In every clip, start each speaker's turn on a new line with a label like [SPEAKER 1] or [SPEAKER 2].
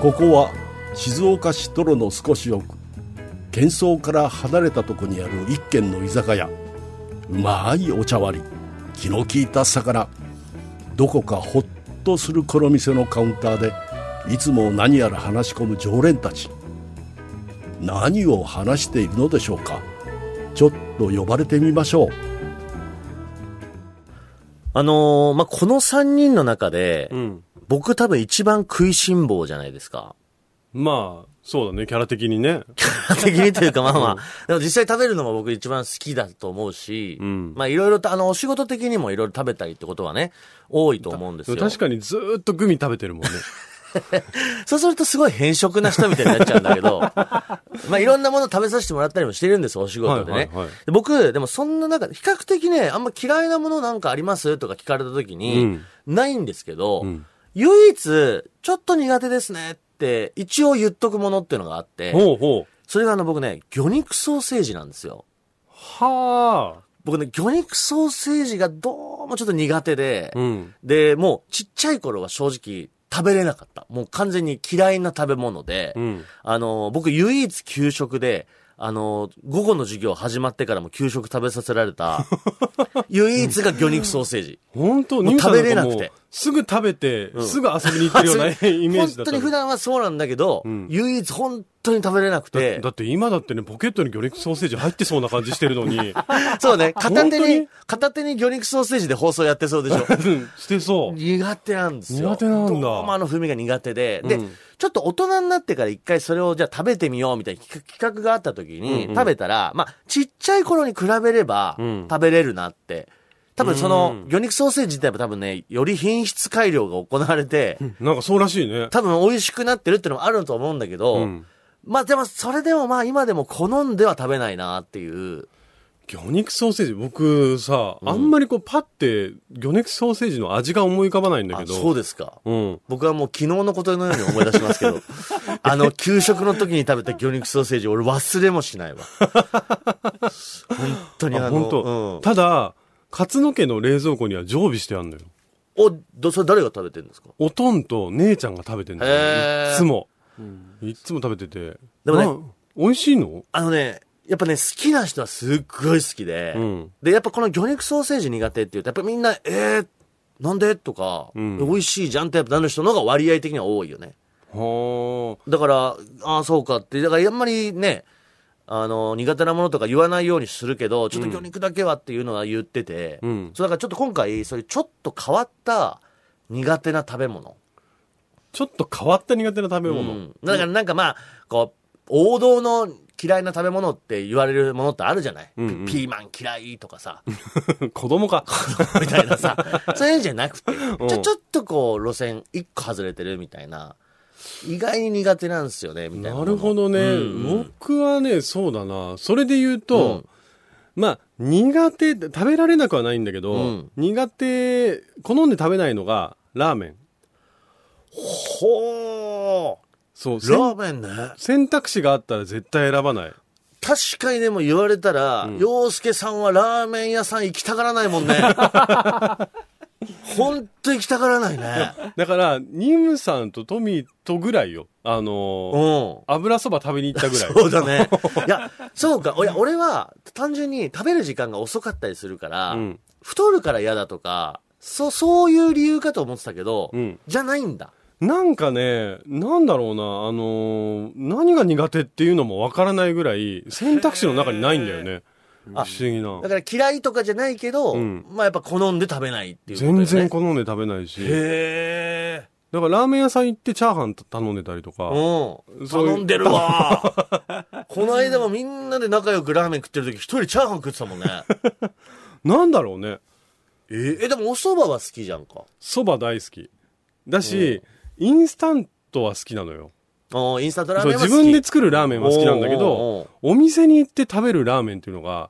[SPEAKER 1] ここは静岡市泥の少し奥喧騒から離れたとこにある一軒の居酒屋うまいお茶割り気の利いた魚どこかほっとするこの店のカウンターでいつも何やら話し込む常連たち何を話しているのでしょうかちょっと呼ばれてみましょう
[SPEAKER 2] あのーまあ、この三人の中で、
[SPEAKER 3] うん。
[SPEAKER 2] 僕多分一番食いしん坊じゃないですか。
[SPEAKER 3] まあ、そうだね、キャラ的にね。
[SPEAKER 2] 的にというか、まあまあ、でも実際食べるのも僕一番好きだと思うし、
[SPEAKER 3] ん
[SPEAKER 2] まあいろいろと、あの、お仕事的にもいろいろ食べたりってことはね、多いと思うんですよ。
[SPEAKER 3] 確かにずーっとグミ食べてるもん ね。
[SPEAKER 2] そうするとすごい偏食な人みたいになっちゃうんだけ ど、まあいろんなもの食べさせてもらったりもしてるんです、お仕事でね。
[SPEAKER 3] はいはいはい
[SPEAKER 2] で僕、でもそんな中で、比較的ね、あんま嫌いなものなんかありますとか聞かれた時に、ないんですけど、
[SPEAKER 3] ん
[SPEAKER 2] 唯一、ちょっと苦手ですねって、一応言っとくものっていうのがあって、
[SPEAKER 3] ほうほう。
[SPEAKER 2] それがあの僕ね、魚肉ソーセージなんですよ。
[SPEAKER 3] は
[SPEAKER 2] 僕ね、魚肉ソーセージがどうもちょっと苦手で、
[SPEAKER 3] あ。うん。
[SPEAKER 2] で、もうちっちゃい頃は正直食べれなかった。もう完全に嫌いな食べ物で、
[SPEAKER 3] うん。
[SPEAKER 2] あの、僕唯一給食で、あの、午後の授業始まってからも給食食べさせられ た、唯一が魚肉ソーセージ。
[SPEAKER 3] 本当
[SPEAKER 2] もう
[SPEAKER 3] ニムさん
[SPEAKER 2] 食べれなくて
[SPEAKER 3] んかもうすぐ食べて、すぐ遊びに行ってるよう なイメージだ
[SPEAKER 2] 本
[SPEAKER 3] った
[SPEAKER 2] 当
[SPEAKER 3] の。
[SPEAKER 2] に普段はそうなんだけど、
[SPEAKER 3] ん
[SPEAKER 2] 唯一本当に食べれなくて
[SPEAKER 3] だ、って今だってね、ポケットに魚肉ソーセージ入ってそうな感じしてるの に、
[SPEAKER 2] そうね、片手
[SPEAKER 3] 本当
[SPEAKER 2] に
[SPEAKER 3] に、
[SPEAKER 2] 片手に魚肉ソーセージで放送やってそうでしょ。
[SPEAKER 3] うんしてそう。
[SPEAKER 2] 苦手なんですよ。
[SPEAKER 3] 苦手なんだ
[SPEAKER 2] どうもあの風味が苦手で。で、
[SPEAKER 3] うん
[SPEAKER 2] ちょっと大人になってから一回それをじゃあ食べてみようみたいな企画企画があった時に、
[SPEAKER 3] うんうん
[SPEAKER 2] 食べたら、まあ、ちっちゃい頃に比べれば
[SPEAKER 3] うん
[SPEAKER 2] 食べれるなって。多分その
[SPEAKER 3] うん
[SPEAKER 2] 魚肉ソーセージ自体も多分ね、より品質改良が行われて、
[SPEAKER 3] なんかそうらしいね。
[SPEAKER 2] 多分美味しくなってるってのもあると思うんだけど、
[SPEAKER 3] うん
[SPEAKER 2] まあでもそれでもまあ今でも好んでは食べないなっていう。
[SPEAKER 3] 魚肉ソーセージ、僕さ、あんまりこうパって魚肉ソーセージの味が思い浮かばないんだ
[SPEAKER 2] あ
[SPEAKER 3] けど。
[SPEAKER 2] そうですか。
[SPEAKER 3] うん。
[SPEAKER 2] 僕はもう昨日のことのように思い出しますけ ど、あの、給食の時に食べた魚肉ソーセージ、俺忘れもしないわ。本当にあ
[SPEAKER 3] あ、
[SPEAKER 2] の、
[SPEAKER 3] 本
[SPEAKER 2] うん
[SPEAKER 3] 当。ただ、カツノ家の冷蔵庫には常備してあるのよ。
[SPEAKER 2] お、ど、それ誰が食べてるんですか
[SPEAKER 3] おとんと姉ちゃんが食べてんだ
[SPEAKER 2] へ
[SPEAKER 3] よ。
[SPEAKER 2] ー
[SPEAKER 3] いっつも。いっつも食べてて。
[SPEAKER 2] でもね
[SPEAKER 3] な、美味しいの
[SPEAKER 2] あのね、やっぱね、好きな人はすっごい好きで、
[SPEAKER 3] うん
[SPEAKER 2] で、やっぱこの魚肉ソーセージ苦手っていうと、やっぱみんな、えー、なんでとか、
[SPEAKER 3] ん
[SPEAKER 2] 美味しいじゃんってやっぱなる人の方が割合的には多いよね。
[SPEAKER 3] は
[SPEAKER 2] だから、ああ、そうかって、だからあんまりね、あの、苦手なものとか言わないようにするけど、ちょっと魚肉だけはっていうのは言ってて、
[SPEAKER 3] うん
[SPEAKER 2] そうだからちょっと今回、そういうちょっと変わった苦手な食べ物。
[SPEAKER 3] ちょっと変わった苦手な食べ
[SPEAKER 2] う
[SPEAKER 3] 物。
[SPEAKER 2] ん。だからなんかまあ、こう、王道の嫌いな食べ物って言われるものってあるじゃない、
[SPEAKER 3] んうん
[SPEAKER 2] ピピーマン嫌いとかさ、
[SPEAKER 3] 子供か。
[SPEAKER 2] みたいなさ、そういうんじゃなくて、
[SPEAKER 3] ん
[SPEAKER 2] ちょ、ちょっとこう、路線一個外れてるみたいな、意外に苦手なんですよね、みたいなも
[SPEAKER 3] な
[SPEAKER 2] の。
[SPEAKER 3] るほどね、
[SPEAKER 2] うんうん
[SPEAKER 3] 僕はね、そうだな。それで言うと、まあ、苦手、食べられなくはないんだけど、
[SPEAKER 2] うん
[SPEAKER 3] 苦手、好んで食べないのが、ラーメン。
[SPEAKER 2] ほー。
[SPEAKER 3] そう、せん
[SPEAKER 2] ラーメンね。
[SPEAKER 3] 選択肢があったら絶対選ばない。
[SPEAKER 2] 確かにでも言われたら、洋介さんはラーメン屋さん行きたがらないもん ね。ほんと行きたがらないね。
[SPEAKER 3] だから、ニムさんとトミーとぐらいよ。あ
[SPEAKER 2] う
[SPEAKER 3] のー
[SPEAKER 2] ん。
[SPEAKER 3] 油そば食べに行ったぐらい。
[SPEAKER 2] そうだね。いや、そうか。おや、俺は、単純に食べる時間が遅かったりするから、
[SPEAKER 3] うん
[SPEAKER 2] 太るから嫌だとか、そ、そういう理由かと思ってたけど、
[SPEAKER 3] うん
[SPEAKER 2] じゃないんだ。
[SPEAKER 3] なんかね、なんだろうな、あのー何が苦手っていうのもわからないぐらい、選択肢の中にないんだよね。不思議な
[SPEAKER 2] だ。から嫌いとかじゃないけど、
[SPEAKER 3] うん
[SPEAKER 2] まあやっぱ好んで食べないっていうことだよ
[SPEAKER 3] 全
[SPEAKER 2] ね。
[SPEAKER 3] 然好んで食べないし。
[SPEAKER 2] へ
[SPEAKER 3] だからラーメン屋さん行ってチャーハン頼んでたりと
[SPEAKER 2] ー
[SPEAKER 3] か。
[SPEAKER 2] うん。
[SPEAKER 3] そういう
[SPEAKER 2] 頼んでるわ。 この間もみんなで仲良くラーメン食ってる時、一人チャーハン食ってた もんね。
[SPEAKER 3] なんだろうね。
[SPEAKER 2] ええ、でもお蕎麦は好きじゃんか。
[SPEAKER 3] 蕎麦大好き。だし、インスタントは好きなのよ。
[SPEAKER 2] うんインスタントラー
[SPEAKER 3] そう、
[SPEAKER 2] メンは好
[SPEAKER 3] 自
[SPEAKER 2] き。
[SPEAKER 3] 分で作るラーメンは好きなんだけ
[SPEAKER 2] おうおうおう
[SPEAKER 3] ど、お店に行って食べるラーメンっていうのが、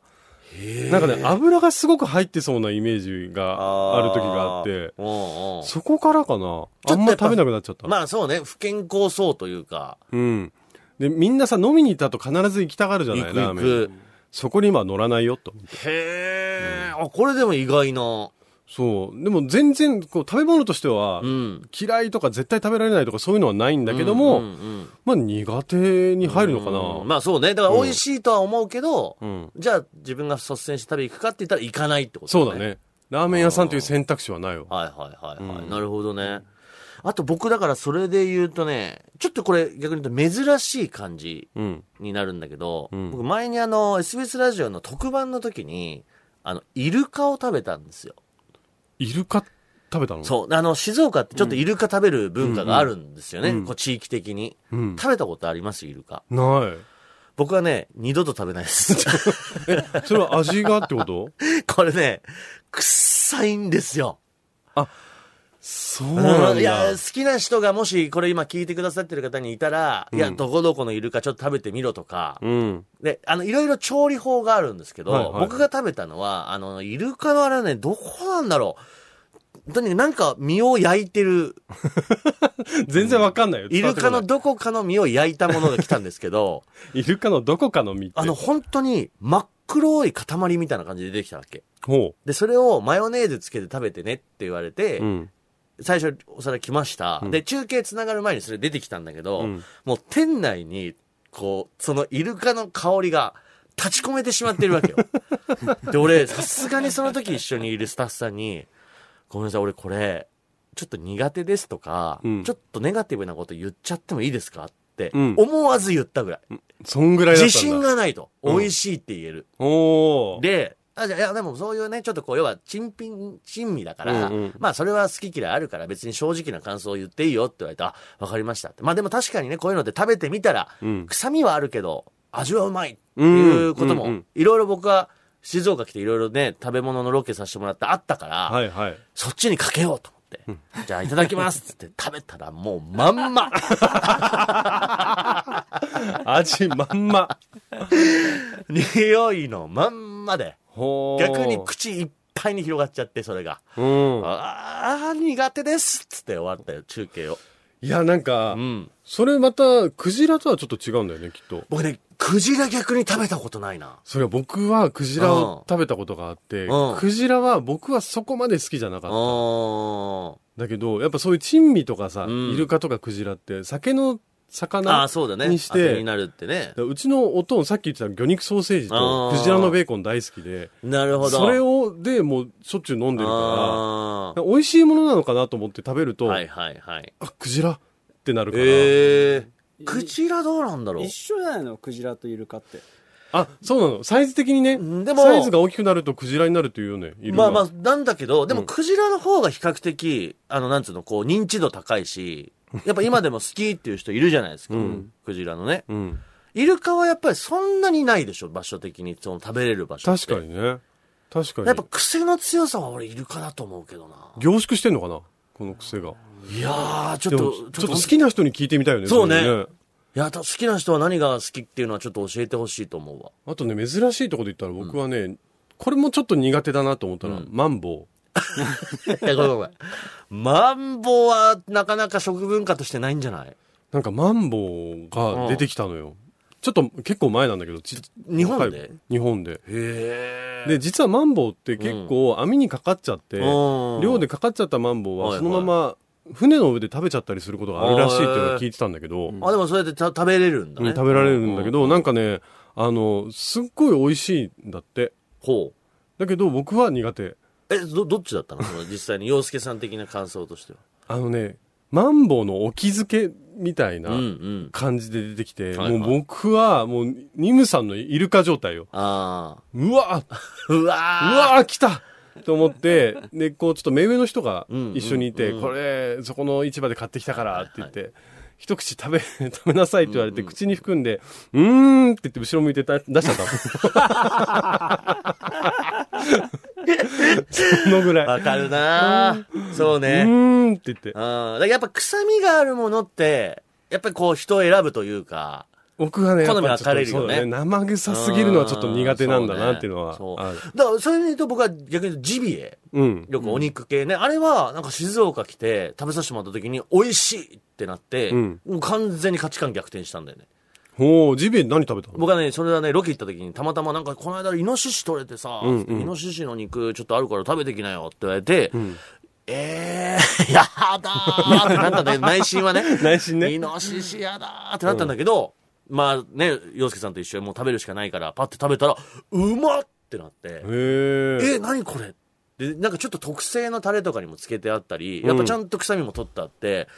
[SPEAKER 3] なんかね、油がすごく入ってそうなイメージがある時があって、
[SPEAKER 2] うんうん
[SPEAKER 3] そこからかな。あんま食べなくなっちゃった。
[SPEAKER 2] まあそうね、不健康そうというか。
[SPEAKER 3] うん。で、みんなさ、飲みに行った後必ず行きたがるじゃ
[SPEAKER 2] 行
[SPEAKER 3] ない、
[SPEAKER 2] く
[SPEAKER 3] ラー
[SPEAKER 2] 行
[SPEAKER 3] メン。
[SPEAKER 2] く。
[SPEAKER 3] そこに今は乗らないよ、と。
[SPEAKER 2] へえ、あ、これでも意外な。
[SPEAKER 3] そう。でも全然、こう、食べ物としては
[SPEAKER 2] う、ん。
[SPEAKER 3] 嫌いとか絶対食べられないとかそういうのはないんだけども、
[SPEAKER 2] うんうん
[SPEAKER 3] まあ苦手に入るの
[SPEAKER 2] う
[SPEAKER 3] か
[SPEAKER 2] ん
[SPEAKER 3] な。
[SPEAKER 2] まあそうね。だから美味しいとは思うけど、
[SPEAKER 3] うん。
[SPEAKER 2] じゃあ自分が率先して食べに行くかって言ったら行かないってこと
[SPEAKER 3] そうだ。ね。ラーメン屋さんという選択肢はないわ。
[SPEAKER 2] はいはいはいはい。
[SPEAKER 3] うん
[SPEAKER 2] なるほどね。あと僕だからそれで言うとね、ちょっとこれ逆に言うと珍しい感じ
[SPEAKER 3] うん。
[SPEAKER 2] になるんだけど、
[SPEAKER 3] うん
[SPEAKER 2] 僕前にあの SBS ラジオの特番の時に、あの、イルカを食べたんですよ。
[SPEAKER 3] イルカ食べたの
[SPEAKER 2] そう。あの、静岡ってちょっとイルカ食べる文化があるんですよね。
[SPEAKER 3] うんうん
[SPEAKER 2] こう地域的に。
[SPEAKER 3] う。ん。
[SPEAKER 2] 食べたことありますイルカ。
[SPEAKER 3] ない。
[SPEAKER 2] 僕はね、二度と食べないです。
[SPEAKER 3] え、それは味がってこと
[SPEAKER 2] これね、臭いんですよ。
[SPEAKER 3] そうなん
[SPEAKER 2] いや、
[SPEAKER 3] だ。
[SPEAKER 2] 好きな人がもしこれ今聞いてくださってる方にいたら、いや、どこどこのイルカちょっと食べてみろとか、
[SPEAKER 3] うん。
[SPEAKER 2] で、あの、いろいろ調理法があるんですけど、
[SPEAKER 3] はいはい
[SPEAKER 2] 僕が食べたのは、あの、イルカのあれはね、どこなんだろう。とにかくなんか身を焼いてる、
[SPEAKER 3] 全然わかんないよ。
[SPEAKER 2] イルカ
[SPEAKER 3] 伝わ
[SPEAKER 2] の
[SPEAKER 3] って
[SPEAKER 2] どこかの身を焼いたものが来たんですけど、
[SPEAKER 3] こない、イルカのどこかの実って。
[SPEAKER 2] あの、本当に真っ黒い塊みたいな感じで出てきたわけ。
[SPEAKER 3] ほ
[SPEAKER 2] で、それをマヨネーズつけて食べてねって言われて、
[SPEAKER 3] う。うん。
[SPEAKER 2] 最初それ来ました、で中継つながる前にそれ出てきたんだけど、
[SPEAKER 3] うん
[SPEAKER 2] もう店内にこうそのイルカの香りが立ち込めてしまってるわ けよで俺さすがにその時一緒にいるスタッフさんに「ごめんなさい俺これちょっと苦手です」とか、
[SPEAKER 3] うん
[SPEAKER 2] ちょっとネガティブなこと言っちゃってもいいですか?」って
[SPEAKER 3] うん
[SPEAKER 2] 思わず言ったぐらい、
[SPEAKER 3] そんぐらいだったん
[SPEAKER 2] 自
[SPEAKER 3] だ。
[SPEAKER 2] 信。がないと、
[SPEAKER 3] うん
[SPEAKER 2] 美味しいって言える
[SPEAKER 3] おー。
[SPEAKER 2] で、あ、じゃあ、いや、でもそういうね、ちょっとこう、要は、珍品、珍味だから、
[SPEAKER 3] うんうん
[SPEAKER 2] まあ、それは好き嫌いあるから、別に正直な感想を言っていいよって言われて、あ、わかりましたって。まあ、でも確かにね、こういうのって食べてみたら、
[SPEAKER 3] うん。
[SPEAKER 2] 臭みはあるけど、味はうまいっていうこと
[SPEAKER 3] うんうんう
[SPEAKER 2] も
[SPEAKER 3] ん、
[SPEAKER 2] いろいろ僕は、静岡来ていろいろね、食べ物のロケさせてもらってあったから、
[SPEAKER 3] はいはい。
[SPEAKER 2] そっちにかけようと思って。じゃあ、いただきますっつ って食べたら、もうまんま。
[SPEAKER 3] 味まんま。
[SPEAKER 2] 匂いのまんまで。
[SPEAKER 3] ほー。
[SPEAKER 2] 逆に口いっぱいに広がっちゃって、それが。
[SPEAKER 3] うん。
[SPEAKER 2] ああ、苦手ですっつって終わったよ、中継を。
[SPEAKER 3] いや、なんか
[SPEAKER 2] う、ん。
[SPEAKER 3] それまた、クジラとはちょっと違うんだよね、きっと。
[SPEAKER 2] 僕ね、クジラ逆に食べたことないな。
[SPEAKER 3] それは僕はクジラを食べたことがあって、
[SPEAKER 2] うん
[SPEAKER 3] クジラは僕はそこまで好きじゃな
[SPEAKER 2] う
[SPEAKER 3] かった。
[SPEAKER 2] ーん。
[SPEAKER 3] だけど、やっぱそういう珍味とかさ、
[SPEAKER 2] うん
[SPEAKER 3] イルカとかクジラって、酒の
[SPEAKER 2] あ
[SPEAKER 3] 魚
[SPEAKER 2] あ、そうだね。
[SPEAKER 3] にして
[SPEAKER 2] 当てになるってね。
[SPEAKER 3] うちのおとん、さっき言ってた魚肉ソーセージと
[SPEAKER 2] あー
[SPEAKER 3] クジラのベーコン大好きで、
[SPEAKER 2] なるほど。
[SPEAKER 3] それ
[SPEAKER 2] を
[SPEAKER 3] を、で、もうしょっちゅう飲んでるから、
[SPEAKER 2] あ
[SPEAKER 3] 美味しいものなのかなと思って食べる
[SPEAKER 2] あ。
[SPEAKER 3] と、
[SPEAKER 2] はいはいはい。
[SPEAKER 3] あ、クジラってなるから、
[SPEAKER 2] ええ。クジラどうなんだろう
[SPEAKER 4] 一。緒じゃないのクジラとイルカって
[SPEAKER 3] あ、そうなの。サイズ的にね、
[SPEAKER 2] でも
[SPEAKER 3] サイズが大きくなるとクジラになるというよね、イルカ
[SPEAKER 2] まあまあ、なんだけど、で
[SPEAKER 3] う
[SPEAKER 2] も
[SPEAKER 3] ん
[SPEAKER 2] クジラの方が比較的、あの、なんつうの、こう、認知度高いし、やっぱ今でも好きっていう人いるじゃないですか。
[SPEAKER 3] うん
[SPEAKER 2] クジラのね。
[SPEAKER 3] うん。
[SPEAKER 2] イルカはやっぱりそんなにないでしょ、場所的に。その食べれる場所って。
[SPEAKER 3] 確かにね。確かに。
[SPEAKER 2] やっぱ癖の強さは俺イルカだと思うけどな。
[SPEAKER 3] 凝縮してんのかなこの癖が。
[SPEAKER 2] いやー、ちょっ
[SPEAKER 3] で
[SPEAKER 2] と、
[SPEAKER 3] も
[SPEAKER 2] ちょ
[SPEAKER 3] ちょ
[SPEAKER 2] っ
[SPEAKER 3] っ
[SPEAKER 2] と
[SPEAKER 3] と好きな人に聞いてみたいよね。
[SPEAKER 2] そうね
[SPEAKER 3] れ
[SPEAKER 2] いや、た好きな人は何が好きっていうのはちょっと教えてほしいと思う わ。
[SPEAKER 3] あとね、珍しいところで言ったら僕はね、これもちょっと苦手だなと思ったら、
[SPEAKER 2] うん
[SPEAKER 3] マンボ
[SPEAKER 2] いや、ごめんごめん。マンボウはなかなか食文化としてないんじゃない
[SPEAKER 3] ウ。なんかマンボウが出てきたのよ。ちょっと結構前なんだけど、ち
[SPEAKER 2] 日本で
[SPEAKER 3] はい日本で。
[SPEAKER 2] へ
[SPEAKER 3] で、実はマンボウって結構網にかかっちゃって、
[SPEAKER 2] うん
[SPEAKER 3] 漁でかかっちゃったマンボウ
[SPEAKER 2] はいは
[SPEAKER 3] はいそのまま船の上で食べちゃったりすることがあるらしいっていうのを聞いてたんだけど、
[SPEAKER 2] あ、でもそうやってた食べれるんだ
[SPEAKER 3] うん
[SPEAKER 2] ね。
[SPEAKER 3] 食べられるんだけ
[SPEAKER 2] う
[SPEAKER 3] ど、なんかね、あの、すっごい美味しいんだって。
[SPEAKER 2] ほう。
[SPEAKER 3] だけど僕は苦手。
[SPEAKER 2] え、ど、どっちだったのそ の実際に、洋介さん的な感想としては。
[SPEAKER 3] あのね、マンボウのお気づけみたいな
[SPEAKER 2] うんうん。
[SPEAKER 3] 感じで出てきて、
[SPEAKER 2] はいはい
[SPEAKER 3] もう僕はもうニムさんのイルカ状態よ。
[SPEAKER 2] あ
[SPEAKER 3] うわ
[SPEAKER 2] あ。う
[SPEAKER 3] う
[SPEAKER 2] わー
[SPEAKER 3] わ来たと思って、で、こうちょっと目上の人が
[SPEAKER 2] うん
[SPEAKER 3] 一緒にいて、
[SPEAKER 2] うん
[SPEAKER 3] これ、そこの市場で買ってきたからって言って、一口食べ、 食べなさいって言われて、口に含んで、うーんって言って後ろ向いてた出しちゃった の。そのぐらい。
[SPEAKER 2] わかるなーそう
[SPEAKER 3] う
[SPEAKER 2] ね。
[SPEAKER 3] ーんって言って。
[SPEAKER 2] うん。だからやっぱ臭みがあるものって、やっぱりこう人を選ぶというか、
[SPEAKER 3] 僕はね、
[SPEAKER 2] 好み
[SPEAKER 3] やっぱち
[SPEAKER 2] 分
[SPEAKER 3] ょっと
[SPEAKER 2] かれるよね
[SPEAKER 3] そうだ生臭すぎるのはちょっと苦手なんだなっていうのは。
[SPEAKER 2] そうね
[SPEAKER 3] ある
[SPEAKER 2] そうだからそれで言うと僕は逆に言うとジビエ、
[SPEAKER 3] うん。
[SPEAKER 2] よくお肉系ね、あれはなんか静岡来て食べさせてもらった時に美味しいってなって、
[SPEAKER 3] うん
[SPEAKER 2] もう完全に価値観逆転したんだよね。
[SPEAKER 3] ほう、ジビエ何食べたの
[SPEAKER 2] 僕はね、それはね、ロケ行った時に、たまたまなんか、この間、イノシシ取れてさ、
[SPEAKER 3] うんうん
[SPEAKER 2] つってイノシシの肉、ちょっとあるから食べてきなよって言われて、えー、 やだーってなったんだけど、内心はね。
[SPEAKER 3] 内心ね
[SPEAKER 2] イノシシやだーってなったんだけど、まあね、洋介さんと一緒にもう食べるしかないから、パッて食べたら、うまっってなって、
[SPEAKER 3] へえ。
[SPEAKER 2] え、何これで、なんかちょっと特製のタレとかにもつけてあったり、やっぱちゃんと臭みも取ってあって、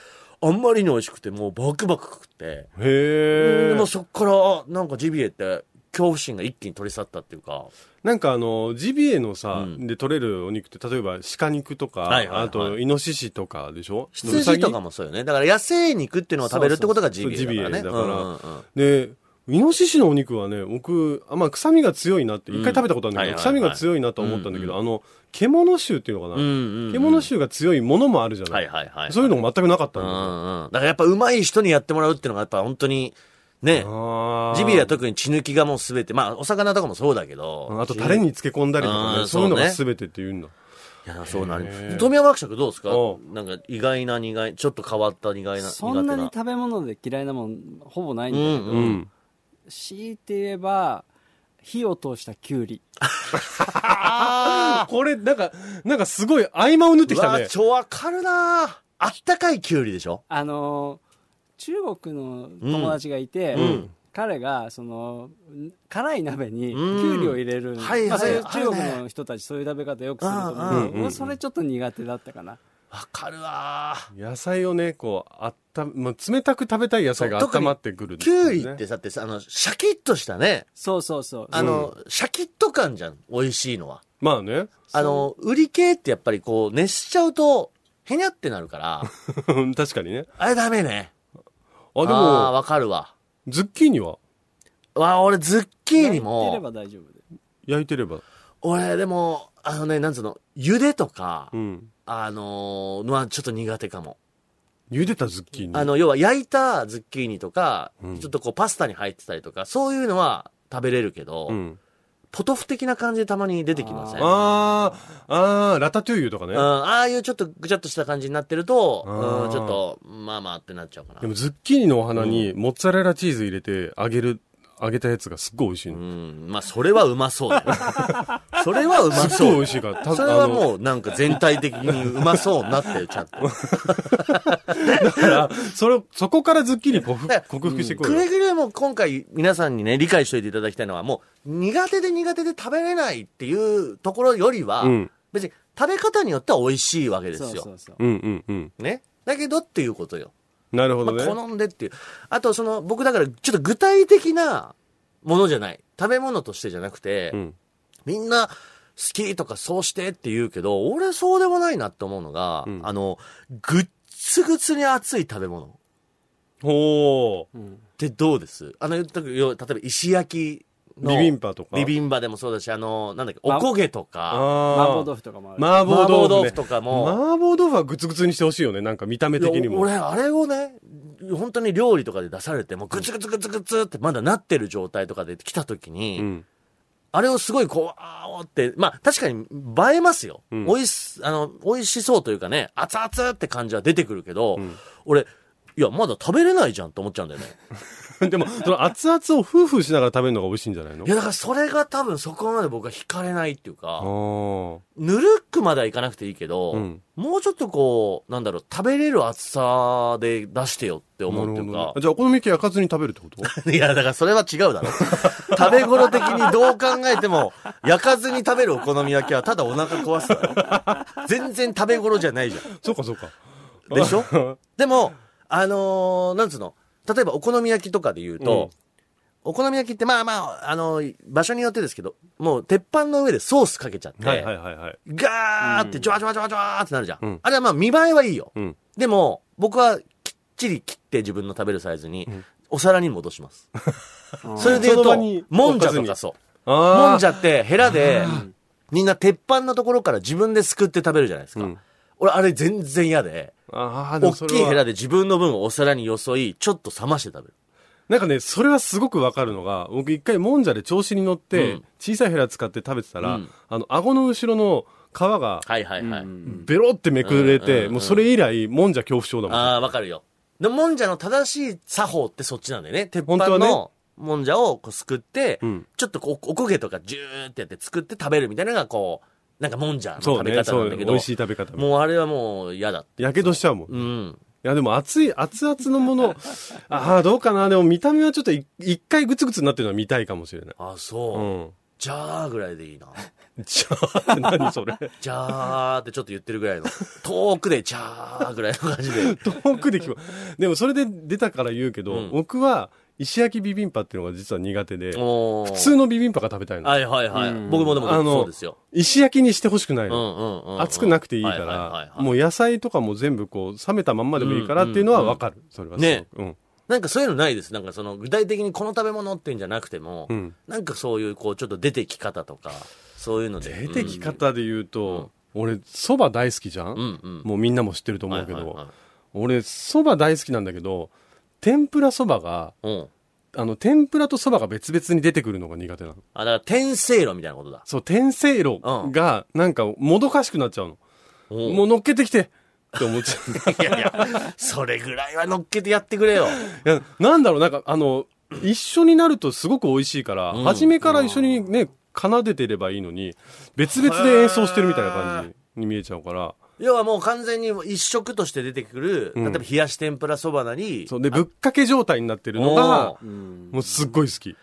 [SPEAKER 2] あんまりに美味しくて、もうバクバク食って、
[SPEAKER 3] へ
[SPEAKER 2] で
[SPEAKER 3] え
[SPEAKER 2] も。そっから、あなんかジビエって、恐怖心が一気に取り去ったっていうか、
[SPEAKER 3] なんかあの、ジビエのさ、
[SPEAKER 2] うん
[SPEAKER 3] で取れるお肉って、例えば鹿肉とか、
[SPEAKER 2] はいはいはい
[SPEAKER 3] あとイノシシとかでしょ
[SPEAKER 2] 羊とか
[SPEAKER 3] も。
[SPEAKER 2] もそうよね。だから野生肉っていうのを食べるってことがジビエだからね。
[SPEAKER 3] そうそうそうジビエだか
[SPEAKER 2] う
[SPEAKER 3] ら
[SPEAKER 2] んうんうん
[SPEAKER 3] で、イノシシのお肉はね、僕、あまあ、臭みが強いなって、一回食べたことあるんだけど、
[SPEAKER 2] うんはいはいはい
[SPEAKER 3] 臭みが強いなと思ったんだけど、あの、獣臭っていうのかな、
[SPEAKER 2] うんうん
[SPEAKER 3] 獣臭が強いものもあるじゃない,、
[SPEAKER 2] はいはいはい。
[SPEAKER 3] そういうのも全くなかった
[SPEAKER 2] うん
[SPEAKER 3] だよ
[SPEAKER 2] んうん。だからやっぱ上手い人にやってもらうっていうのがやっぱ本当に、ね、
[SPEAKER 3] あー
[SPEAKER 2] ジビエは特に血抜きがもう全て、まあお魚とかもそうだけど。
[SPEAKER 3] あと、タレに漬け込んだりとか
[SPEAKER 2] う
[SPEAKER 3] ね、
[SPEAKER 2] ん
[SPEAKER 3] そういうのが
[SPEAKER 2] そう
[SPEAKER 3] 全てっていうんだ。
[SPEAKER 2] いや、そうなる
[SPEAKER 3] へー。
[SPEAKER 2] 富山伯爵どうですか
[SPEAKER 3] う
[SPEAKER 2] なんか意外な苦い、ちょっと変わった苦いな、苦
[SPEAKER 4] そ
[SPEAKER 2] 手
[SPEAKER 4] んなに
[SPEAKER 2] な。
[SPEAKER 4] 食べ物で嫌いなもんほぼないんだ
[SPEAKER 2] う
[SPEAKER 4] けど、
[SPEAKER 2] ん
[SPEAKER 3] う
[SPEAKER 2] うん。
[SPEAKER 3] ん。
[SPEAKER 4] 強いて言えば火を通したきゅうり
[SPEAKER 3] これ、なんか、なんかすごい合間を縫ってき
[SPEAKER 2] う
[SPEAKER 3] た
[SPEAKER 2] わ
[SPEAKER 3] ね。
[SPEAKER 2] 超わかるなーあったかいキュウリでしょ
[SPEAKER 4] あの中国の友達がいて、
[SPEAKER 2] うん
[SPEAKER 4] 彼がそのん辛い鍋にき
[SPEAKER 2] うん
[SPEAKER 4] ゅうりを入れる、
[SPEAKER 2] はい
[SPEAKER 4] まあ、そうい
[SPEAKER 2] は
[SPEAKER 4] う
[SPEAKER 2] い
[SPEAKER 4] 中国の人たちそういう食べ方よくすると思うけど
[SPEAKER 2] うん
[SPEAKER 3] うんうん
[SPEAKER 4] 僕はそれちょっと苦手だったかな、
[SPEAKER 2] わかるわー
[SPEAKER 3] 野菜をね、こう、あった、まあ、冷たく食べたい野菜が
[SPEAKER 2] そう特
[SPEAKER 3] 温
[SPEAKER 2] に
[SPEAKER 3] まってくるんです
[SPEAKER 2] キ
[SPEAKER 3] よ
[SPEAKER 2] ュウ
[SPEAKER 3] ね
[SPEAKER 2] リってさってさ、あの、シャキッとしたね、
[SPEAKER 4] そうそうそう
[SPEAKER 2] あの、シャキッと感じゃん、美味しいのは。
[SPEAKER 3] まあね。
[SPEAKER 2] あの、売り系ってやっぱりこう、熱しちゃうと、へにゃってなる から、
[SPEAKER 3] 確かにね。
[SPEAKER 2] あれダメね。あ
[SPEAKER 3] あ、で
[SPEAKER 2] あー、
[SPEAKER 3] も、
[SPEAKER 2] わかるわ。
[SPEAKER 3] ズッキーニは
[SPEAKER 2] わー、俺ズッキーニ
[SPEAKER 4] 焼いてれ
[SPEAKER 2] も、
[SPEAKER 4] ば大丈夫で
[SPEAKER 3] 焼いてれば。
[SPEAKER 2] 俺でも、あのね、なんつうの、茹でとか
[SPEAKER 3] う、ん。
[SPEAKER 2] あのーのはちょっと苦手かも。
[SPEAKER 3] 茹でたズッキーニ。
[SPEAKER 2] あの、要は焼いたズッキーニとか、
[SPEAKER 3] うん
[SPEAKER 2] ちょっとこうパスタに入ってたりとか、そういうのは食べれるけど、
[SPEAKER 3] うん。
[SPEAKER 2] ポトフ的な感じでたまに出てきません
[SPEAKER 3] あー、あー、ラタトゥーユとかね
[SPEAKER 2] うん、。ああいうちょっとぐちゃっとした感じになってると、
[SPEAKER 3] あー
[SPEAKER 2] うん、ちょっと、まあまあってなっちゃうかな
[SPEAKER 3] で。も、ズッキーニのお花にモッツァレラチーズ入れて揚げる、揚げたやつがすっごい美味しいうの。
[SPEAKER 2] ん、まあそれはうまそうだね。 それはうます
[SPEAKER 3] っご
[SPEAKER 2] そ
[SPEAKER 3] い美
[SPEAKER 2] う。
[SPEAKER 3] 味しいから。た
[SPEAKER 2] それは
[SPEAKER 3] あの
[SPEAKER 2] もうなんか全体的にうまそうになってる、ちゃんと。
[SPEAKER 3] だから、 それ、そこからズッキーニ克
[SPEAKER 2] だ
[SPEAKER 3] 服
[SPEAKER 2] から
[SPEAKER 3] 克服していこ
[SPEAKER 2] く
[SPEAKER 3] う
[SPEAKER 2] れ
[SPEAKER 3] よ。
[SPEAKER 2] ぐれも今回皆さんにね、理解しておいていただきたいのは、もう苦手で苦手で食べれないっていうところよりは、
[SPEAKER 3] うん。
[SPEAKER 2] 別に食べ方によっては美味しいわけですすよ。
[SPEAKER 4] そうそうそう
[SPEAKER 3] うんうんうん。
[SPEAKER 2] ね。だけどっていうことよ。
[SPEAKER 3] なるほど
[SPEAKER 2] まあ、
[SPEAKER 3] ね。
[SPEAKER 2] 好んでっていう。あと、その、僕だから、ちょっと具体的なものじゃない。食べ物としてじゃなくて、
[SPEAKER 3] うん。
[SPEAKER 2] みんな、好きとかそうしてって言うけど、俺そうでもないなって思うのが、
[SPEAKER 3] うん
[SPEAKER 2] あの、ぐっつぐつに熱い食べ物っ
[SPEAKER 3] ほう。
[SPEAKER 4] うん
[SPEAKER 2] てどうですあの、た例えば石焼きの
[SPEAKER 3] ビビンパとか。
[SPEAKER 2] ビビンバでもそうだし、あの、なんだっけ、
[SPEAKER 4] ま
[SPEAKER 2] おこげとか、
[SPEAKER 3] あ
[SPEAKER 4] 麻
[SPEAKER 3] ー
[SPEAKER 4] 婆豆腐とかもある、
[SPEAKER 3] 麻婆
[SPEAKER 2] 麻婆
[SPEAKER 3] 豆
[SPEAKER 2] 豆
[SPEAKER 3] 腐
[SPEAKER 2] 腐と
[SPEAKER 3] ね。
[SPEAKER 2] かも、
[SPEAKER 3] 麻婆豆腐はグツグツにしてほしいよね。なんか見た目的に
[SPEAKER 2] いや
[SPEAKER 3] も。
[SPEAKER 2] 俺、あれをね、本当に料理とかで出されて、もうグツグツグツグツってまだなってる状態とかで来た時に、
[SPEAKER 3] うん。
[SPEAKER 2] あれをすごいこう、あーおって、まあ確かに映えますよ。
[SPEAKER 3] うん
[SPEAKER 2] 美味し、あの、美味しそうというかね、熱々って感じは出てくるけど、
[SPEAKER 3] ん
[SPEAKER 2] 俺、いや、まだ食べれないじゃんって思っちゃうんだよ ね。
[SPEAKER 3] でも、その熱々をフーフーしながら食べるのが美味しいんじゃないの
[SPEAKER 2] いや、だからそれが多分そこまで僕は惹かれないっていうか、
[SPEAKER 3] あー
[SPEAKER 2] ぬるくまではいかなくていいけど、
[SPEAKER 3] うん
[SPEAKER 2] もうちょっとこう、なんだろう、食べれる熱さで出してよって思うっていう
[SPEAKER 3] なるほ
[SPEAKER 2] か
[SPEAKER 3] どね、じゃあ、お好み焼き焼かずに食べるってこと
[SPEAKER 2] いや、だからそれは違うだろ。食べ頃的にどう考えても、焼かずに食べるお好み焼きはただお腹壊すだろ。全然食べ頃じゃないじゃ
[SPEAKER 3] そうか、そうか。
[SPEAKER 2] ん。でしょでも、あのーなんつうの、例えばお好み焼きとかで言うと、お好み焼きってまあまあ、あのー場所によってですけど、もう鉄板の上でソースかけちゃって、
[SPEAKER 3] はいはいはいはい。
[SPEAKER 2] ガーってジョワジョワジョワジョワーってなるじゃん。
[SPEAKER 3] うん
[SPEAKER 2] あれはまあ見栄えはいいよ。
[SPEAKER 3] うん
[SPEAKER 2] でも、僕はきっちり切って自分の食べるサイズに、お皿に戻し ます。それで言う
[SPEAKER 3] その
[SPEAKER 2] と
[SPEAKER 3] 場に、
[SPEAKER 2] もんじゃと
[SPEAKER 3] 置かず
[SPEAKER 2] か
[SPEAKER 3] に
[SPEAKER 2] そう。
[SPEAKER 3] あ
[SPEAKER 2] もんじ
[SPEAKER 3] ゃ。
[SPEAKER 2] ゃって、ヘラで、みんな鉄板のところから自分ですくって食べるじゃないですか。
[SPEAKER 3] うん
[SPEAKER 2] 俺、あれ全然嫌で、
[SPEAKER 3] ああ、で
[SPEAKER 2] 大
[SPEAKER 3] もそ
[SPEAKER 2] きいヘ
[SPEAKER 3] れ
[SPEAKER 2] ラ
[SPEAKER 3] は。
[SPEAKER 2] で自分の分をお皿によそい、ちょっと冷まして食べる。
[SPEAKER 3] なんかね、それはすごくわかるのが、僕一回もんじゃで調子に乗って、
[SPEAKER 2] うん
[SPEAKER 3] 小さいヘラ使って食べてたら、
[SPEAKER 2] うん
[SPEAKER 3] あの、顎の後ろの皮
[SPEAKER 2] は
[SPEAKER 3] が、
[SPEAKER 2] いはいはい。
[SPEAKER 3] ベロってめくれ
[SPEAKER 2] うんうん
[SPEAKER 3] て、
[SPEAKER 2] うん
[SPEAKER 3] もうそれ以来、もんじゃ恐怖症だもん。
[SPEAKER 2] ああ、わかるよ。でもんじゃの正しい作法ってそっちなんだよね。鉄板
[SPEAKER 3] 本当はね
[SPEAKER 2] のもんじゃをこうすくって、
[SPEAKER 3] うん
[SPEAKER 2] ちょっとこうおこげとかジューってやって作って食べるみたいなのがこう、なんかもんじゃの
[SPEAKER 3] そ
[SPEAKER 2] 食
[SPEAKER 3] う
[SPEAKER 2] べ
[SPEAKER 3] ね、
[SPEAKER 2] 方
[SPEAKER 3] そ
[SPEAKER 2] なん
[SPEAKER 3] う
[SPEAKER 2] だ
[SPEAKER 3] ね。
[SPEAKER 2] け
[SPEAKER 3] 美
[SPEAKER 2] ど、
[SPEAKER 3] 味しい食べ方。
[SPEAKER 2] もうあれはもう嫌だ。
[SPEAKER 3] やけどしちゃうもん。い
[SPEAKER 2] うん。
[SPEAKER 3] や、でも熱い、熱々の もの、ああ、どうかな。でも見た目はちょっとい一回グツグツになってるのは見たいかもしれない。
[SPEAKER 2] あ、そうう。
[SPEAKER 3] ん。
[SPEAKER 2] じゃあぐらいでいいな。
[SPEAKER 3] じゃあ、何それ。
[SPEAKER 2] じゃーってちょっと言ってるぐらいの。 遠くでじゃーぐらいの感じ で。
[SPEAKER 3] 遠くで聞こえでもそれで出たから言うけど、
[SPEAKER 2] うん
[SPEAKER 3] 僕は石焼きビビンパっていうのが実は苦手で、普
[SPEAKER 2] おー
[SPEAKER 3] 通のビビンパが食べたいの。
[SPEAKER 2] はいはいはい。
[SPEAKER 4] うん
[SPEAKER 2] 僕もでも
[SPEAKER 3] あの
[SPEAKER 2] そうですよ。
[SPEAKER 3] 石焼きにしてほしくない
[SPEAKER 2] うんう
[SPEAKER 3] の。
[SPEAKER 2] んうんうん。
[SPEAKER 3] 熱くなくていいか
[SPEAKER 2] はははい
[SPEAKER 3] ら、
[SPEAKER 2] はい
[SPEAKER 3] もう野菜とかも全部こう、冷めたまんまでもいいからっていうのはわかる。それはすごく。うん。
[SPEAKER 2] なんかそういうのないです。なんかその具体的にこの食べ物っていうんじゃなくても、
[SPEAKER 3] うん
[SPEAKER 2] なんかそういうこうちょっと出てき方とか、そういうので。
[SPEAKER 3] 出てき方で言うと、俺、蕎麦大好きじゃん、
[SPEAKER 2] うんうん。
[SPEAKER 3] もうみんなも知ってると思うけど、
[SPEAKER 2] はいはいはい
[SPEAKER 3] 俺、蕎麦大好きなんだけど、天ぷら蕎麦が、
[SPEAKER 2] うん。
[SPEAKER 3] あの、天ぷらと蕎麦が別々に出てくるのが苦手なの。
[SPEAKER 2] あ、だから天せいろみたいなことだ。
[SPEAKER 3] そう、天せいろが、なんか、もどかしくなっちゃうの。
[SPEAKER 2] おう
[SPEAKER 3] もう乗っけてきてって思っちゃう。
[SPEAKER 2] いやいや、それぐらいは乗っけてやってくれ よ。
[SPEAKER 3] いや、なんだろう、なんか、あの、一緒になるとすごく美味しいから、
[SPEAKER 2] うん
[SPEAKER 3] 初めから一緒にね、奏でてればいいのに、別々で演奏してるみたいな感じに見えちゃうから、
[SPEAKER 2] 要はもう完全に一食として出てくる、
[SPEAKER 3] うん
[SPEAKER 2] 例えば冷やし天ぷらそばなり、
[SPEAKER 3] そう、で、ぶっかけ状態になってるのが
[SPEAKER 2] お、
[SPEAKER 4] うん
[SPEAKER 3] もうすっごい好き。